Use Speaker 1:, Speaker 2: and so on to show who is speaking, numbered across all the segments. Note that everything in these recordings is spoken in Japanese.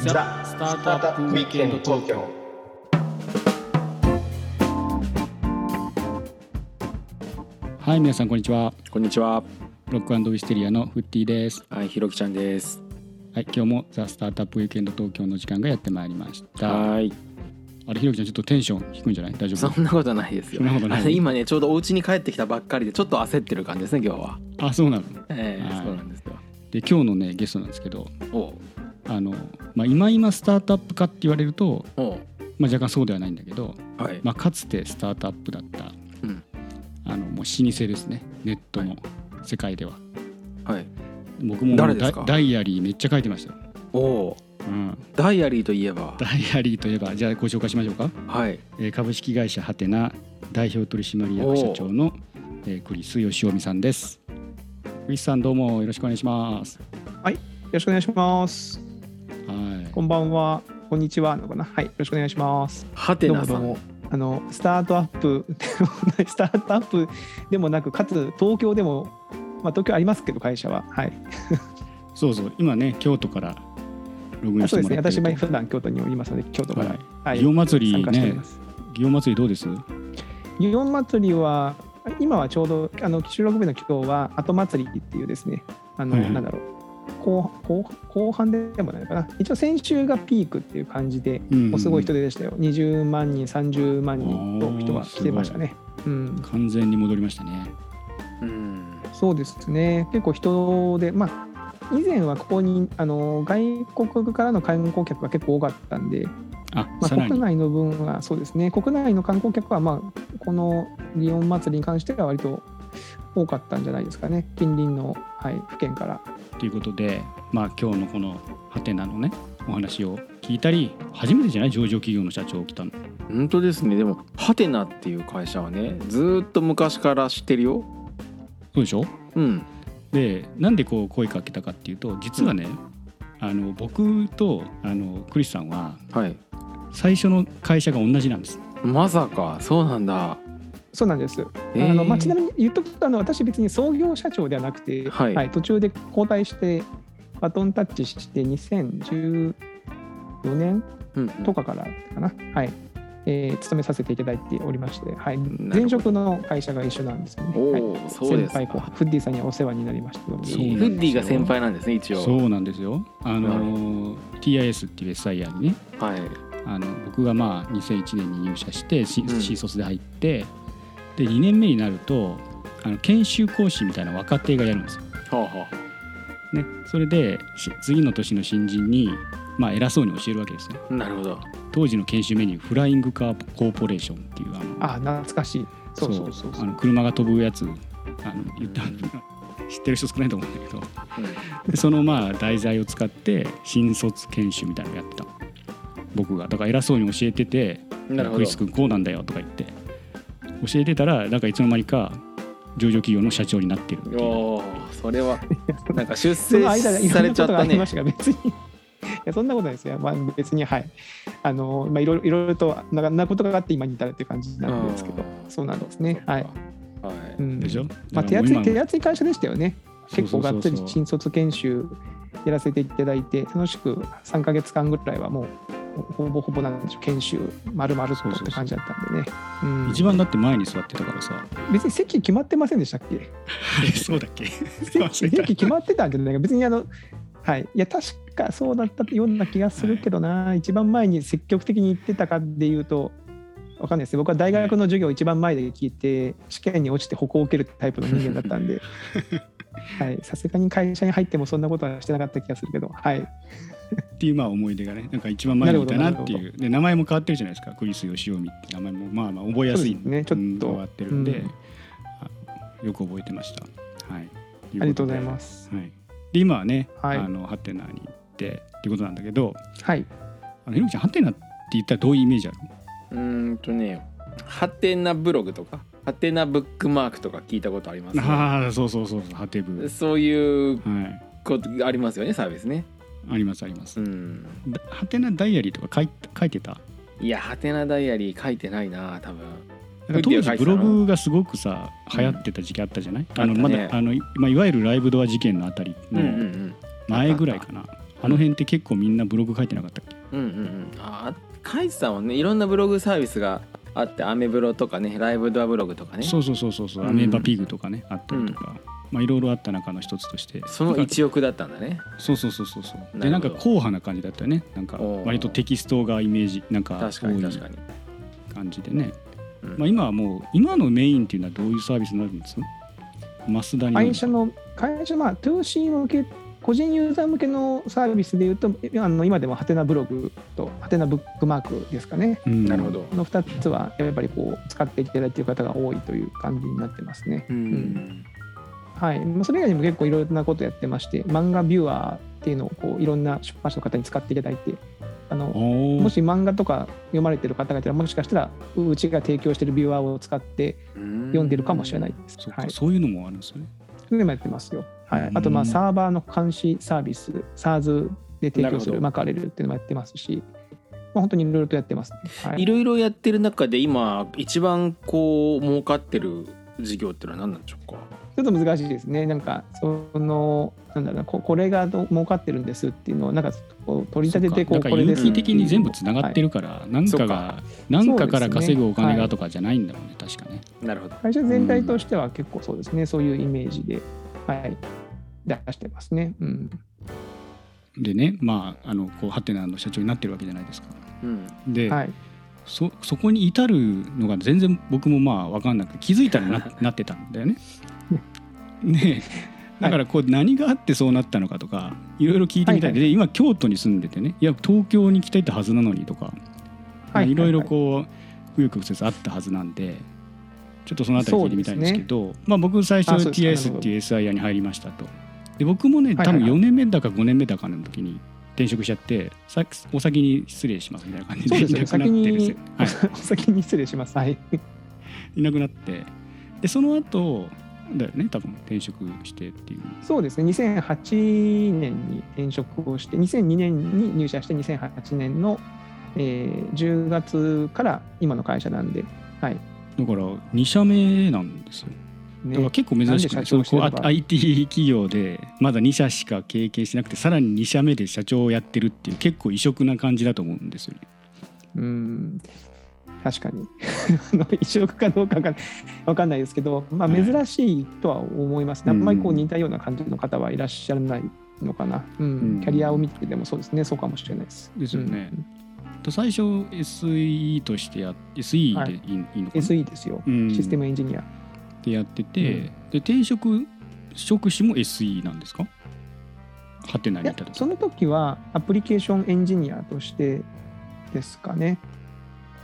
Speaker 1: ザ・スタートアップウィークエンド東京
Speaker 2: はい、皆さんこんにちは。
Speaker 3: こんにちは。
Speaker 2: ロックウィステリアのフッティです。
Speaker 3: はい、ひろきちゃんです。
Speaker 2: はい、今日もザ・スタートアップウィークエンド東京の時間がやってまいりました。
Speaker 3: はい。
Speaker 2: あれ、ひろきちゃん、ちょっとテンション低いんじゃない大丈
Speaker 3: そんなことないですよ
Speaker 2: そんなことない。
Speaker 3: あ今ね、ちょうどお家に帰ってきたばっかりで、ちょっと焦ってる感じですね、今日は。
Speaker 2: 夫あ、そうなの。
Speaker 3: ええ
Speaker 2: はい
Speaker 3: そうなんですよ。
Speaker 2: で、今日のね、ゲストなんですけど、
Speaker 3: おう
Speaker 2: あの、まあ、今今スタートアップかって言われると、
Speaker 3: お
Speaker 2: まあ、若干そうではないんだけど、
Speaker 3: うはい。
Speaker 2: まあ、かつてスタートアップだった、
Speaker 3: うん
Speaker 2: あのもう老舗ですね、ネットの世界では。
Speaker 3: はい。
Speaker 2: 僕も
Speaker 3: 誰ですか
Speaker 2: ダイダイアリーめっちゃ書いてましたよ。
Speaker 3: おお
Speaker 2: う
Speaker 3: う。
Speaker 2: ん、
Speaker 3: ダイアリーといえば。
Speaker 2: ダイアリーといえば、じゃあご紹介しましょうか。
Speaker 3: はい。
Speaker 2: えー株式会社ハテナ代表取締役社長の、えークリス義臣さんです。クリスさんどうもよろしくお願いします。
Speaker 1: よろしくお願いします
Speaker 2: は
Speaker 1: こんばんはこんにちはなのかなはいよろしくお願いします
Speaker 3: ハテ
Speaker 1: どうも
Speaker 3: ナ
Speaker 1: ど
Speaker 3: さ。
Speaker 1: うんもあのスタートアップスタートアップでもなくかつ東京でもまあ東京ありますけど会社ははい
Speaker 2: い。そうそう今ね京都からログイン
Speaker 1: あ
Speaker 2: し
Speaker 1: そう
Speaker 2: て
Speaker 1: で
Speaker 2: も
Speaker 1: すね
Speaker 2: らって
Speaker 1: 私
Speaker 2: る
Speaker 1: も普段京都におりますので京都から
Speaker 2: はい。
Speaker 1: はい
Speaker 2: 祇園祭
Speaker 1: 参
Speaker 2: り
Speaker 1: 加しており
Speaker 2: ね
Speaker 1: ます、
Speaker 2: 祇園祭りどうです？
Speaker 1: 祇園祭りは今はちょうどあの収録日の今日は後祭りっていうですねあの、
Speaker 2: はいはい
Speaker 1: なんだろう後後後半でもないのかな一応先週がピークっていう感じで、
Speaker 2: うん
Speaker 1: もうすごい人出でしたよ20万人30万人
Speaker 2: お
Speaker 1: の
Speaker 2: ー
Speaker 1: 人が来てましたね、うん、
Speaker 2: 完全に戻りましたね。
Speaker 3: うん。
Speaker 1: そうですね結構人でまあ以前はここにあの外国からの観光客が結構多かったんで、
Speaker 2: あ、
Speaker 1: まあ、
Speaker 2: さら
Speaker 1: 国
Speaker 2: に。
Speaker 1: 内の分はそうですね国内の観光客は、まあ、この祇園祭りに関しては割と多かったんじゃないですかね近隣の、はい、府県から
Speaker 2: ということで、まあ今日のこのハテナのねお話を聞いたり、初めてじゃない上場企業の社長来たの。
Speaker 3: 本当ですね。でも、ハテナっていう会社はね、ずーっと昔から知ってるよ。
Speaker 2: そうでしょ？
Speaker 3: うん。
Speaker 2: でなんでこう声かけたかっていうと実はね、あの僕とあのクリスさんは
Speaker 3: はい。
Speaker 2: 最初の会社が同じなんです。
Speaker 3: まさか、そうなんだ。
Speaker 1: そうなんです、
Speaker 3: えー
Speaker 1: あのまあ、ちなみに言っとくとあの私別に創業社長ではなくて、
Speaker 3: はい
Speaker 1: 途中で交代してバトンタッチして2014年
Speaker 3: うん。
Speaker 1: とかからかな、はいえー勤めさせていただいておりまして、はい、
Speaker 3: ど
Speaker 1: 前職の会社が一緒なんですよね。はい
Speaker 3: おお、そうですか。
Speaker 1: 先輩後輩フッディさんにはお世話になりましたけども
Speaker 2: そ
Speaker 3: フ
Speaker 2: うなんですよ
Speaker 3: ッディが先輩なんですね、一応。
Speaker 2: そうなんですよ。あの TIS っていう SIR にね
Speaker 3: はい。
Speaker 2: あの僕がまあ2001年に入社して新
Speaker 3: うん
Speaker 2: 新卒で入って、で2年目になるとあの研修講師みたいな若手がやるんですよ。
Speaker 3: はあはあ。
Speaker 2: ね、それでし次の年の新人に、まあ、偉そうに教えるわけですね
Speaker 3: なるほど。
Speaker 2: 当時の研修メニュー「フライングカーコーポレーション」っていうあの
Speaker 1: あ懐かしいそうそうそうそ
Speaker 2: あ
Speaker 1: う
Speaker 2: の車が飛ぶやつあの言った知ってる人少ないと思うんだけどでそのまあ題材を使って新卒研修みたいなのやってた僕がだから偉そうに教えてて「
Speaker 3: なるほ
Speaker 2: ク
Speaker 3: ど
Speaker 2: リス。君こうなんだよ」とか言って教えてたらなんかいつの間にか上場企業の社長になってるっていう
Speaker 3: おーそれ はなんか出
Speaker 1: そ
Speaker 3: 世
Speaker 1: の間でいろ
Speaker 3: さ
Speaker 1: ん
Speaker 3: れ
Speaker 1: なこ
Speaker 3: ちゃ
Speaker 1: と
Speaker 3: っ
Speaker 1: が
Speaker 3: た
Speaker 1: あり
Speaker 3: ね
Speaker 1: ましたが別にいやそんなことないですよ、まあ、別にはいあのまあいろいろいろいろとなんかなことがあって今に至るっていう感じなんですけど
Speaker 3: あー
Speaker 1: そうなんですねはい、
Speaker 3: は
Speaker 1: う
Speaker 3: い
Speaker 1: ん、
Speaker 2: でしょ、
Speaker 1: まあ、
Speaker 2: だ
Speaker 1: 手
Speaker 2: からもう今
Speaker 1: 厚い手厚い会社でしたよね結構がっつ
Speaker 2: そうそう
Speaker 1: り
Speaker 2: そう
Speaker 1: 新卒研修やらせていただいて楽しく3か月間ぐらいはもうほぼほぼなんでしょう研修丸々とって感じだったんでねうん
Speaker 2: 一番だって前に座ってたからさ
Speaker 1: 別に席決まってませんでしたっけ
Speaker 2: あれそうだっけ
Speaker 1: 席席決まってたんじゃないか別にあのはいいや確かそうだったような気がするけどな、一番前に積極的に行ってたかでいうとわかんないです僕は大学の授業を一番前で聞いて試験に落ちて歩行を受けるタイプの人間だった んではいさすがに会社に入ってもそんなことはしてなかった気がするけどはい
Speaker 2: っていうまあ思い出がねなんか一番前にいたなっていうで名前も変わってるじゃないですかクリス・ヨシオミって名前もまあまあ覚えやすい
Speaker 1: そうですねちょっ
Speaker 2: う
Speaker 1: と
Speaker 2: ん変わってるんで、
Speaker 1: うん
Speaker 2: あよく覚えてましたはい
Speaker 1: ありがとうござい
Speaker 2: す
Speaker 1: ます
Speaker 2: はい、で今はね、
Speaker 1: はい
Speaker 2: あのハテナに行ってっていうことなんだけど
Speaker 1: はい
Speaker 2: あのひろきちゃんハテナって言ったらどういうイメージある
Speaker 3: うーんとねハテナブログとかハテナブックマークとか聞いたことありますね
Speaker 2: ああそうそうそうそうハテブ
Speaker 3: そういう
Speaker 2: はい
Speaker 3: ことありますよねサービスね
Speaker 2: ありますあります、
Speaker 3: うん
Speaker 2: だハテナダイアリーとか書い書いてた
Speaker 3: いやハテナダイアリー書いてないな多分
Speaker 2: なんか当時
Speaker 3: 書い
Speaker 2: ブ
Speaker 3: てた
Speaker 2: ロ
Speaker 3: の
Speaker 2: グがすごくさ流行ってた時期あったじゃない、あの
Speaker 3: あった
Speaker 2: ま
Speaker 3: ね
Speaker 2: だあのいまあいわゆるライブドア事件のあたり
Speaker 3: うんうんう
Speaker 2: の
Speaker 3: ん
Speaker 2: 前ぐらいかな、あの辺って結構みんなブログ書いてなかったっけ
Speaker 3: うんうんうんあカイツさんはねいろんなブログサービスがあってアメブロとかねライブドアブログとかね
Speaker 2: そうそうそうそうそう、
Speaker 3: うん
Speaker 2: アメーバピグとかねあったりとか、まあいろいろあった中の一つとして
Speaker 3: その一億だったんだね
Speaker 2: そうそうそうそうそうで
Speaker 3: な
Speaker 2: なんか
Speaker 3: るほど
Speaker 2: 硬派な感じだったよねなんか
Speaker 3: おー
Speaker 2: 割とテキストがイメージなんか
Speaker 3: 確
Speaker 2: 多
Speaker 3: かに
Speaker 2: い
Speaker 3: 確かに、
Speaker 2: 感じでね、
Speaker 3: うん
Speaker 2: まあ、今はもう今のメインっていうのはどういうサービスになるんです増田になる
Speaker 1: 会社の会社まあ 2C 向け個人ユーザー向けのサービスでいうとえあの今でもハテナブログとハテナブックマークですかね
Speaker 2: うん
Speaker 3: なるほど
Speaker 1: この2つはやっぱりこう使っていただいている方が多いという感じになってますね。
Speaker 3: うん
Speaker 1: はい、まあそれ以外にも結構いろんなことやってまして漫画ビューアーっていうのをこういろんな出版社の方に使っていただいてあの
Speaker 2: おー
Speaker 1: もし漫画とか読まれてる方がいたらもしかしたらううちが提供してるビューアーを使って読んでるかもしれないです。
Speaker 2: そっか、
Speaker 1: はい、そ
Speaker 2: そういうのもあるんですよね
Speaker 1: れでもやってますよ。は
Speaker 2: う
Speaker 1: い、
Speaker 2: ん
Speaker 1: あとまあサーバーの監視サービス SARS で提供す
Speaker 3: なるほど
Speaker 1: るマカレルっていうのもやってますし、まあ、本当にいろいろとやってますね、はい
Speaker 3: いろいろやってる中で今一番こう儲かってる事業ってのは何なんでしょうか
Speaker 1: ちょっと難しいですね。なんか、その、なんだろうな、ここれがど儲かってるんですっていうのを、なんかこう取り立てて、こ
Speaker 2: そっ
Speaker 1: う、
Speaker 2: か
Speaker 1: これ
Speaker 2: なん
Speaker 1: で
Speaker 2: か
Speaker 1: す。
Speaker 2: 有機的に全部つながってるから、なんかがなんかから稼ぐお金がとかじゃないんだろうね、確かね
Speaker 3: なるほど
Speaker 1: 会社全体としては結構そうですね、そういうイメージで、はい、出してますね。うん。
Speaker 2: でねまああのこうハテナの社長になってるわけじゃないですか
Speaker 3: うん
Speaker 2: で、
Speaker 1: はい。
Speaker 2: そそこに至るのが全然僕もまあ分かんなくて気づいたら ななってたんだよね。ねえだからこう何があってそうなったのかとかいろいろ聞いてみたい、
Speaker 1: はい
Speaker 2: で今京都に住んでてねいや東京に来てたはずなのにとか、
Speaker 1: はいい
Speaker 2: ろいろこう紆余曲折あったはずなんでちょっとそのあたり聞いてみたいんですけどまあ、僕最初
Speaker 1: あそうです
Speaker 2: TS っていう SIR に入りましたと。で僕もね
Speaker 1: はい
Speaker 2: 多
Speaker 1: はい
Speaker 2: 分
Speaker 1: はい
Speaker 2: 4年目だか5年目だかの時に転職しちゃってさお先に失礼しますみたいな感じ
Speaker 1: そう
Speaker 2: で
Speaker 1: で
Speaker 2: い
Speaker 1: す
Speaker 2: なく
Speaker 1: ね。
Speaker 2: な
Speaker 1: 先
Speaker 2: ってるせ
Speaker 1: に、
Speaker 2: はい
Speaker 1: お先に失礼します。はい。
Speaker 2: いなくなってでその後だよね多分転職してっていう
Speaker 1: そうですね、2008年に転職をして、2002年に入社して、2008年の、えー10月から今の会社なんで、はい。
Speaker 2: だから2社目なんですよだから
Speaker 1: ね、
Speaker 2: 結構珍しく
Speaker 1: な
Speaker 2: なんいそ
Speaker 1: で社長
Speaker 2: の
Speaker 1: して
Speaker 2: こ
Speaker 1: る
Speaker 2: う
Speaker 1: の
Speaker 2: あ
Speaker 1: か
Speaker 2: IT 企業でまだ2社しか経験してなくてさらに2社目で社長をやってるっていう結構異色な感じだと思うんですよね
Speaker 1: うん、確かに。 あの移植かどうかが分かんないですけど、まあ、
Speaker 2: はい
Speaker 1: 珍しいとは思いますね。
Speaker 2: うん
Speaker 1: あんまりこう似たような感じの方はいらっしゃらないのかな。うん
Speaker 2: うん
Speaker 1: キャリアを見てでもそうですね、そうかもしれないです。
Speaker 2: ですよね
Speaker 1: うん
Speaker 2: と最初 SE としてや SE
Speaker 1: は
Speaker 2: で
Speaker 1: い
Speaker 2: いい,、い、いのかな
Speaker 1: SE ですよ、
Speaker 2: うん
Speaker 1: システムエンジニア。
Speaker 2: でやってて、
Speaker 1: うん
Speaker 2: で転職職種も SE なんですかはてないにい
Speaker 1: や
Speaker 2: た時
Speaker 1: その時はアプリケーションエンジニアとしてですかね。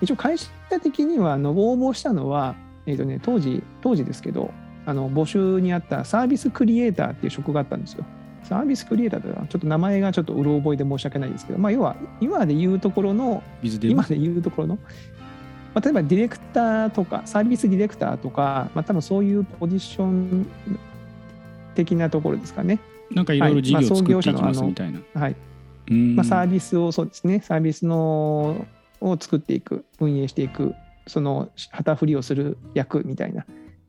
Speaker 1: 一応会社的にはあの応募したのは、えーとね、当時当時ですけどあの募集にあったサービスクリエイターっていう職があったんですよ。サービスクリエイターというのはちょっと名前がちょっとうろ覚えで申し訳ないですけど、まあ、要は今で言うところの
Speaker 2: ビズデブ
Speaker 1: 今で言うところの、まあ、例えばディレクターとかサービスディレクターとか、まあ、多分そういうポジション的なところですかね。
Speaker 2: なんかいろいろ事業
Speaker 1: はいま
Speaker 2: を
Speaker 1: あ
Speaker 2: 作っていき
Speaker 1: 創業者の
Speaker 2: ま
Speaker 1: あ
Speaker 2: す
Speaker 1: の
Speaker 2: みたいな、
Speaker 1: はい
Speaker 2: うん
Speaker 1: まあ、サービスをそうですねサービスのを作っていく運営していくその旗振りをする役みたいな、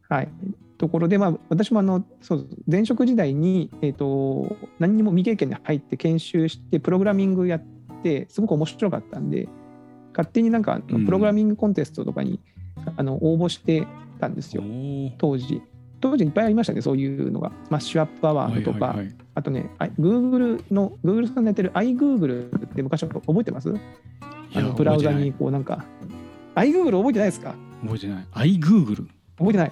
Speaker 1: はい、ところで、まあ、私もあのそう前職時代に、えー、と何にも未経験で入って研修してプログラミングやってすごく面白かったんで勝手になんかあ
Speaker 2: う
Speaker 1: の
Speaker 2: ん
Speaker 1: プログラミングコンテストとかに、あの応募してたんですよ
Speaker 2: おー
Speaker 1: 当時。当時いっぱいありましたね、そういうのが。マッシュアップアワードとか、
Speaker 2: はいはいはい
Speaker 1: あとね、あ Google の、Google さんのやってる iGoogle って昔は覚えてます
Speaker 2: い
Speaker 1: あ
Speaker 2: や
Speaker 1: のブラウザにこうなんか、iGoogle 覚えてないですか
Speaker 2: 覚えてない覚えてない iGoogle
Speaker 1: 覚えてない。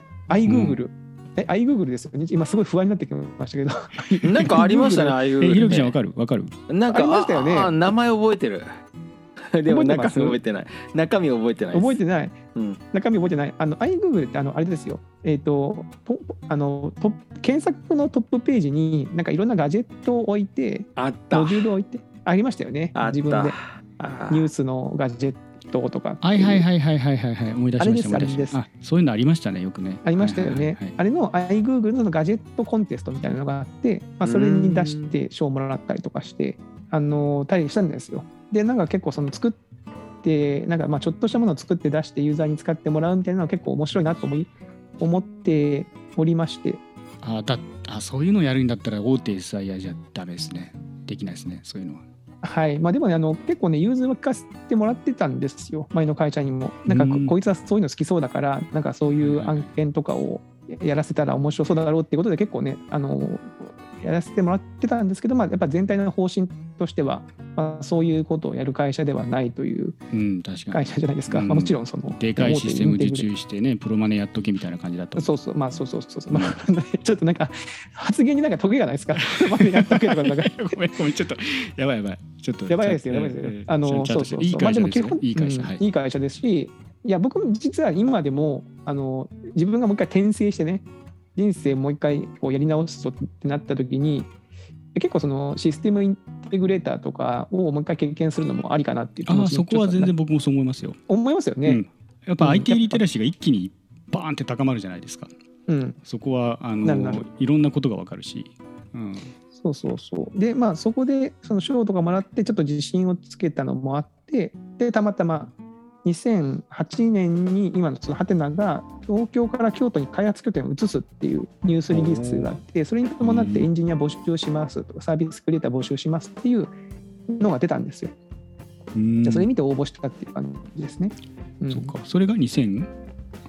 Speaker 1: iGoogle。え、iGoogle ですよね。今すごい不安になってきましたけど。
Speaker 3: なんかありましたねああいう
Speaker 2: えひろきちゃんわ
Speaker 3: ね
Speaker 2: かるわかる
Speaker 3: なんか
Speaker 1: ありましたよね
Speaker 3: ああ名前覚えてるでも
Speaker 1: 覚えて
Speaker 3: 中
Speaker 1: ま
Speaker 3: 身
Speaker 1: す
Speaker 3: 覚えてない中身覚えてない
Speaker 1: 覚えて
Speaker 3: ない、
Speaker 1: ない。
Speaker 3: うん、
Speaker 1: 中身覚えてない。あの、iGoogle ってあの、あれですよ。えっ、と、ポあのトップ検索のトップページに、なんかいろんなガジェットを置いて、
Speaker 3: あった
Speaker 1: モジュールを置いて、ありましたよね
Speaker 3: あ。った
Speaker 1: 自分で。
Speaker 3: あ
Speaker 1: ニュースのガジェットとか。
Speaker 2: はいはいはいはいはいはいはい思い出しました
Speaker 1: あれです
Speaker 2: 思い出しま
Speaker 1: あ
Speaker 2: したあそういうのありましたねよくね
Speaker 1: ありましたよね。
Speaker 2: はいはいはい
Speaker 1: あれの iGoogle のガジェットコンテストみたいなのがあって、まあ、それに出して賞をもらったりとかして、あの、たりしたんですよ。で、なんか結構その作って、なんかまあちょっとしたものを作って出してユーザーに使ってもらうみたいなのは結構面白いなと思い思っておりまして、
Speaker 2: あだあそういうのやるんだったら大手 SIR じゃダメですねできないですねそういうのは。
Speaker 1: はいまあ、でもねあの結構ね融通は聞かせてもらってたんですよ前の会社にもなんかこ,、
Speaker 2: うん
Speaker 1: こいつはそういうの好きそうだからなんかそういう
Speaker 2: はいはい
Speaker 1: 案件とかをやらせたら面白そうだろうっていうことで結構ねあのやらせてもらってたんですけど、まあ、やっぱ全体の方針としては、まあ、そういうことをやる会社ではないという
Speaker 2: うん確か
Speaker 1: 会
Speaker 2: に
Speaker 1: 社じゃないですか、
Speaker 2: うん
Speaker 1: まあ、もちろんその
Speaker 2: でかいシステム
Speaker 1: 大手イ
Speaker 2: 受
Speaker 1: ンテグレ
Speaker 2: 注してねプロマネやっとけみたいな感じだと。
Speaker 1: そうそうまあそうそうそうそう、まあ、 ちょっとなんか発言になんかトゲがないですか まあやったけとかなんか
Speaker 2: ごめんごめんちょっとやばいやばいちょっと
Speaker 1: やばいですよ、やばいですよ。あの、
Speaker 2: ちゃ
Speaker 1: そ
Speaker 2: ん
Speaker 1: う
Speaker 2: として
Speaker 1: そうそう。
Speaker 2: いい会社
Speaker 1: まあ
Speaker 2: ですよ
Speaker 1: も基本
Speaker 2: いい会社
Speaker 1: うん
Speaker 2: はい
Speaker 1: いい会社ですし、いや、僕も実は今でも、あの、自分がもう一回転生してね、人生もう一回こうやり直すぞってなった時に、結構そのシステムインテグレーターとかをもう一回経験するのもありかなっていう気
Speaker 2: あ
Speaker 1: 持
Speaker 2: あ
Speaker 1: ちに
Speaker 2: そこは
Speaker 1: ちょっと
Speaker 2: 全然僕もそう思いますよ。
Speaker 1: 思いますよ
Speaker 2: う
Speaker 1: ね。
Speaker 2: ん、やっぱ
Speaker 1: うん
Speaker 2: IT
Speaker 1: やっぱ
Speaker 2: リテラシーが一気にバーンって高まるじゃないですか。
Speaker 1: うん。
Speaker 2: そこはあ
Speaker 1: なるな
Speaker 2: の
Speaker 1: る
Speaker 2: いろんなことがわかるし、うん、
Speaker 1: そうそうそう。で、まあ、そこで、その賞とかもらって、ちょっと自信をつけたのもあって、で、たまたま、2008年に今のそのハテナが東京から京都に開発拠点を移すっていうニュースリリースがあってそれに伴ってエンジニア募集しますとかサービスクリエイター募集しますっていうのが出たんですよ。
Speaker 2: うん
Speaker 1: じゃあそれ見て応募したっていう感じですね。うん
Speaker 2: そっかそれが2008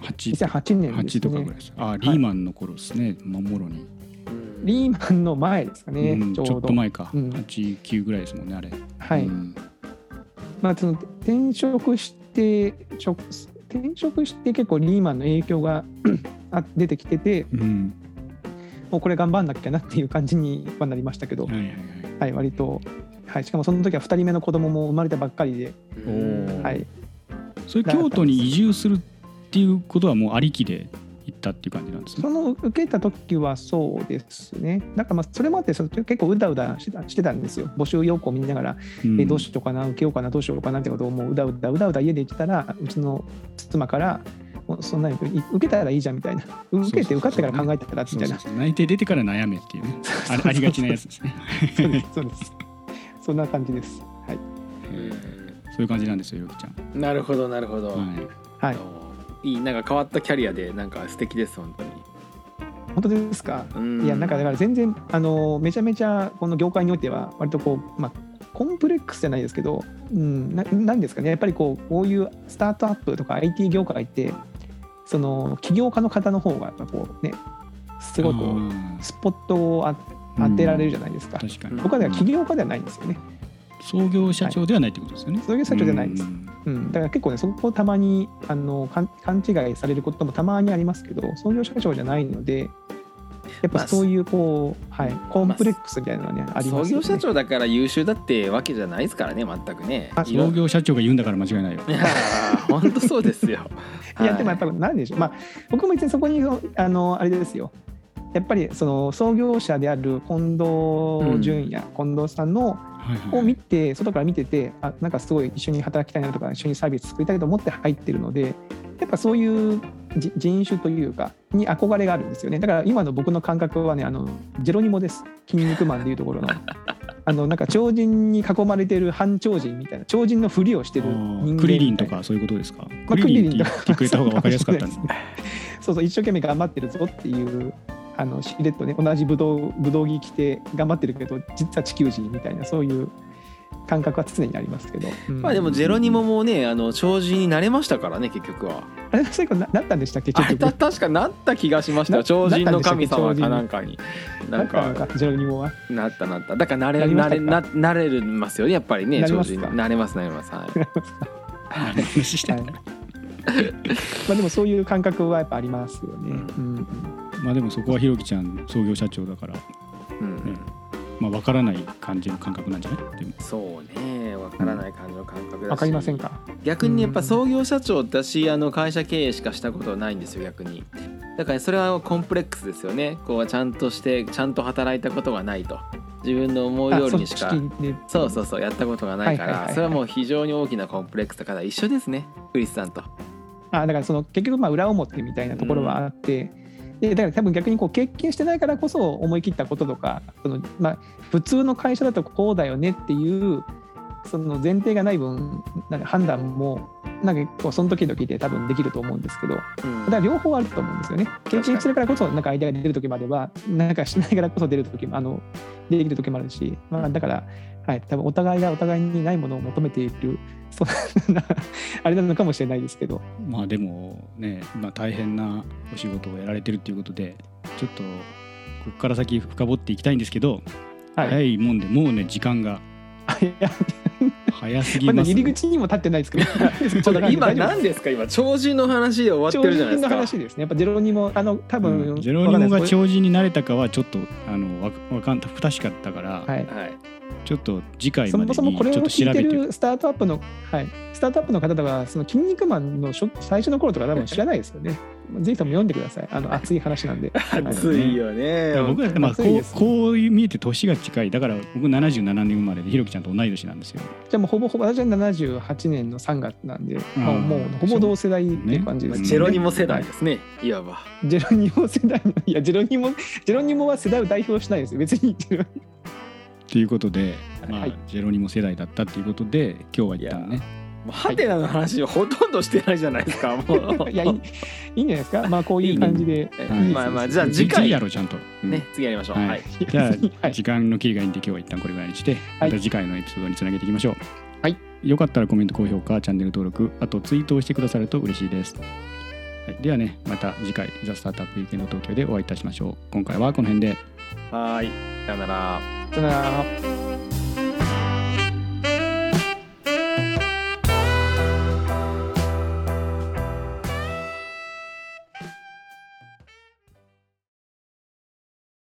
Speaker 1: 2008年です
Speaker 2: とかぐら
Speaker 1: ね
Speaker 2: い。です。あーリーマンの頃ですね、まあもろに、
Speaker 1: リーマンの前ですかね、
Speaker 2: うん
Speaker 1: ちょう
Speaker 2: ち
Speaker 1: ど。
Speaker 2: ょっと前か、
Speaker 1: うん
Speaker 2: 8、9ぐらいですもんね、あれ。
Speaker 1: はい、
Speaker 2: うん
Speaker 1: まあ、その転職してちょ転職して結構リーマンの影響が あ出てきてて
Speaker 2: うん
Speaker 1: もうこれ頑張んなきゃなっていう感じにはなりましたけど、
Speaker 2: はいはいはい
Speaker 1: はい、割と、はい、しかもその時は2人目の子供も生まれたばっかりで、
Speaker 3: う
Speaker 2: おー
Speaker 3: ん
Speaker 1: はい、
Speaker 2: それ京都に移住するっていうことはもうありきで行ったっていう感じなんです
Speaker 1: そ
Speaker 2: ね。
Speaker 1: の受けた時はそうですねだからまあそれもあってその結構うだうだしてたしてたんですよ募集要項見ながら、
Speaker 2: うん
Speaker 1: えどうしようかな受けようかなどうしようかなってことをもううだうだうだうだ家で言ってたらうちの妻から「もうそんなに受けたらいいじゃん」みたいな「受けて受かってから考えてたら」み
Speaker 2: そう
Speaker 1: た
Speaker 2: そう
Speaker 1: いな
Speaker 2: そう内定出てから悩めって いうねあありがちなやつですね。
Speaker 1: そうです、そうです。そんな感じです。はい。
Speaker 2: そういう感じなんですよ、よきちゃん。
Speaker 3: なるほどなるほど、
Speaker 2: はい、
Speaker 1: はい。
Speaker 3: いいなんか変わったキャリアでなんか素敵です本当に
Speaker 1: 本当ですか。
Speaker 3: うん
Speaker 1: いや、なんかだから全然、あの、めちゃめちゃ、この業界においては、割とこう、まあ、コンプレックスじゃないですけど、うん、ななんですかね、やっぱりこう、こういうスタートアップとか IT 業界って、その、起業家の方の方が、やっぱこうね、すごくこう
Speaker 2: あー
Speaker 1: スポットをあ当てられるじゃないですか。
Speaker 2: 確かに。
Speaker 1: 僕はだから起業家ではないんですよね。
Speaker 2: 創業社長ではないってことですよね。
Speaker 1: そういう社長じゃないです
Speaker 2: う。ん
Speaker 1: うん、だから結構ね、そこをたまにあのかん勘違いされることもたまにありますけど、創業社長じゃないので、やっ
Speaker 3: ま
Speaker 1: ぱ
Speaker 3: あ
Speaker 1: そういうこう、はい、コンプレックスみたいなのはね、ありま
Speaker 3: 創
Speaker 1: すよ
Speaker 3: 業
Speaker 1: ね。
Speaker 3: 社長だから優秀だってわけじゃないですからね全くねいろ
Speaker 2: 創業社長が言うんだから間違いないよ。
Speaker 3: いやー本当そうですよ
Speaker 1: いや、でもやっぱりなんでしょう、まあ、僕も別にそこに、あのあれですよ、やっぱりその創業者である近藤淳也、近藤さんの
Speaker 2: はいはい
Speaker 1: を見て、外から見てて、あなんかすごい一緒に働きたいなとか、一緒にサービス作りたいと思って入ってるので、やっぱそういうじ人種というか、に憧れがあるんですよね。だから今の僕の感覚はね、あのジェロニモです、筋肉マンでいうと ころの。あのなんか超人に囲まれてる半超人みたいな超人のふりをしてる
Speaker 2: あ
Speaker 1: 人間
Speaker 2: ー
Speaker 1: みたいな
Speaker 2: クリリンとかそういうことですか、
Speaker 1: ま
Speaker 2: ク
Speaker 1: あ
Speaker 2: リリンって言
Speaker 1: クリリンと
Speaker 2: ってくれた方が分かりやすかったんですね。
Speaker 1: そうそう一生懸命頑張ってるぞっていうあのしれっとね同じブドウブドウ着着て頑張ってるけど実は地球人みたいなそういう感覚は常にありますけど、うん
Speaker 3: まあでも ジェロニモもねあの長寿になれましたからね結局は
Speaker 1: あれ最後ななったんでしたっけ
Speaker 3: あ
Speaker 1: 結
Speaker 3: れ
Speaker 1: 局
Speaker 3: た確かなった気がしましたよ
Speaker 1: な
Speaker 3: 超人の神様か
Speaker 1: な
Speaker 3: な
Speaker 1: った
Speaker 3: んかにな
Speaker 1: なんったの
Speaker 3: か
Speaker 1: かジェロニモは
Speaker 3: なったなっただからなれ
Speaker 1: なりま
Speaker 3: な
Speaker 1: したか
Speaker 3: れななれますよねやっぱりね
Speaker 1: なり
Speaker 3: 長
Speaker 1: ます
Speaker 3: 寿
Speaker 1: か
Speaker 3: になれますなれますはい
Speaker 2: 何の話してんだよ
Speaker 1: まあでもそういう感覚はやっぱありますよね、
Speaker 3: う
Speaker 1: うん
Speaker 2: まあでもそこはひろきちゃん創業社長だから、
Speaker 3: うん
Speaker 2: まあ、分からない感じの感覚なんじゃないでも
Speaker 3: そうねわからない感じの感覚だし
Speaker 1: わかりませんか
Speaker 3: 逆にやっぱ創業社長って私あの会社経営しかしたことないんですよ逆にだからそれはコンプレックスですよねこうちゃんとしてちゃんと働いたことがないと自分の思うようにしか
Speaker 1: あ組織で
Speaker 3: そうそうそうやったことがないか
Speaker 1: はいはい
Speaker 3: ら
Speaker 1: はいはい
Speaker 3: それはもう非常に大きなコンプレックスだから一緒ですねクリスさんと
Speaker 1: あだからその結局まあ裏表みたいなところはあって、でだから多分逆にこう経験してないからこそ思い切ったこととかその、まあ、普通の会社だとこうだよねっていうその前提がない分なんか判断もなんかこうその時々で多分できると思うんですけど、
Speaker 3: うん
Speaker 1: だから両方あると思うんですよね。経験してるからこそ、なんかアイデアが出る時までは、なんかしないからこそ出る時も、あの、出てくる時もあるし、まあ、だから、はい、多分お互いがお互いにないものを求めている、そんな、あれなのかもしれないですけど、
Speaker 2: まあでもね、まあ、大変なお仕事をやられてるっていうことでちょっとここから先深掘っていきたいんですけど、
Speaker 1: はい。
Speaker 2: 早いもんでもうね時間が
Speaker 1: あい や
Speaker 2: 早すぎ
Speaker 1: まだ
Speaker 2: ます、
Speaker 1: 入り口にも立ってないですけど
Speaker 3: ちょっと今
Speaker 1: 大丈夫です
Speaker 3: 何ですか今超人の話で終わってるじゃない
Speaker 1: 超人の
Speaker 3: ですか。
Speaker 1: 話ですね。やっぱジェロニモ、あの、多分、
Speaker 2: うんジェロニモ
Speaker 1: わかんない
Speaker 2: が
Speaker 1: です
Speaker 2: 超人になれたかはちょっとあのわわかん不確かだったから、
Speaker 1: はい。
Speaker 3: はい。
Speaker 2: ちょっと次回
Speaker 1: そ
Speaker 2: まで
Speaker 1: も
Speaker 2: にち
Speaker 1: そもこれを
Speaker 2: ょっと調
Speaker 1: 聞い
Speaker 2: べ
Speaker 1: て
Speaker 2: て
Speaker 1: るスタートアップの、はい、スタートアップの方々は、その筋肉マンの初最初の頃とか多分知らないですよね。ぜひとも読んでください。あの熱い話なんで。
Speaker 3: 暑いよね。
Speaker 2: 僕はまあこ
Speaker 1: 暑いで
Speaker 2: う
Speaker 1: すね
Speaker 2: こう見えて年が近いだから僕77年生まれでひろきちゃんと同い年なんですよ
Speaker 1: じゃあもうほぼほぼ私は78年の3月なんで、
Speaker 2: ん
Speaker 1: もうもうほぼ同世代っていう感じ
Speaker 3: ま
Speaker 1: で
Speaker 3: あ
Speaker 1: す、
Speaker 3: ジェロ ニモ世代ですね。いわば。
Speaker 1: ジェロニモ世代のいやジェロニモジェロニモは世代を代表しないですよ別にジェロ
Speaker 2: ということで、まあ
Speaker 1: はい
Speaker 2: ジェロニモ世代だったっていうことで今日は一旦ね
Speaker 3: もうハテナの話をほとんどしてないじゃないですか。もう。
Speaker 1: いやいいいいんじゃないですかまあこういう感じで
Speaker 3: え
Speaker 2: はい
Speaker 3: まあまあじゃあ次
Speaker 2: 次回
Speaker 3: 回
Speaker 2: やろうちゃんと、うん
Speaker 3: ね次やりましょう。
Speaker 2: はい
Speaker 3: はい。
Speaker 2: じゃ
Speaker 1: は
Speaker 2: あ
Speaker 1: い
Speaker 2: 時間の切りがいいんで今日は一旦これぐらいにして、
Speaker 1: はい
Speaker 2: また次回のエピソードにつなげていきましょう、
Speaker 1: はい、
Speaker 2: よかったらコメント高評価チャンネル登録あとツイートをしてくださると嬉しいです、はい、ではねまた次回「ザ・スタートアップ・ウィークエンド東京」でお会いいたしましょう今回はこの辺で
Speaker 3: はい。さよなら。
Speaker 1: さよなら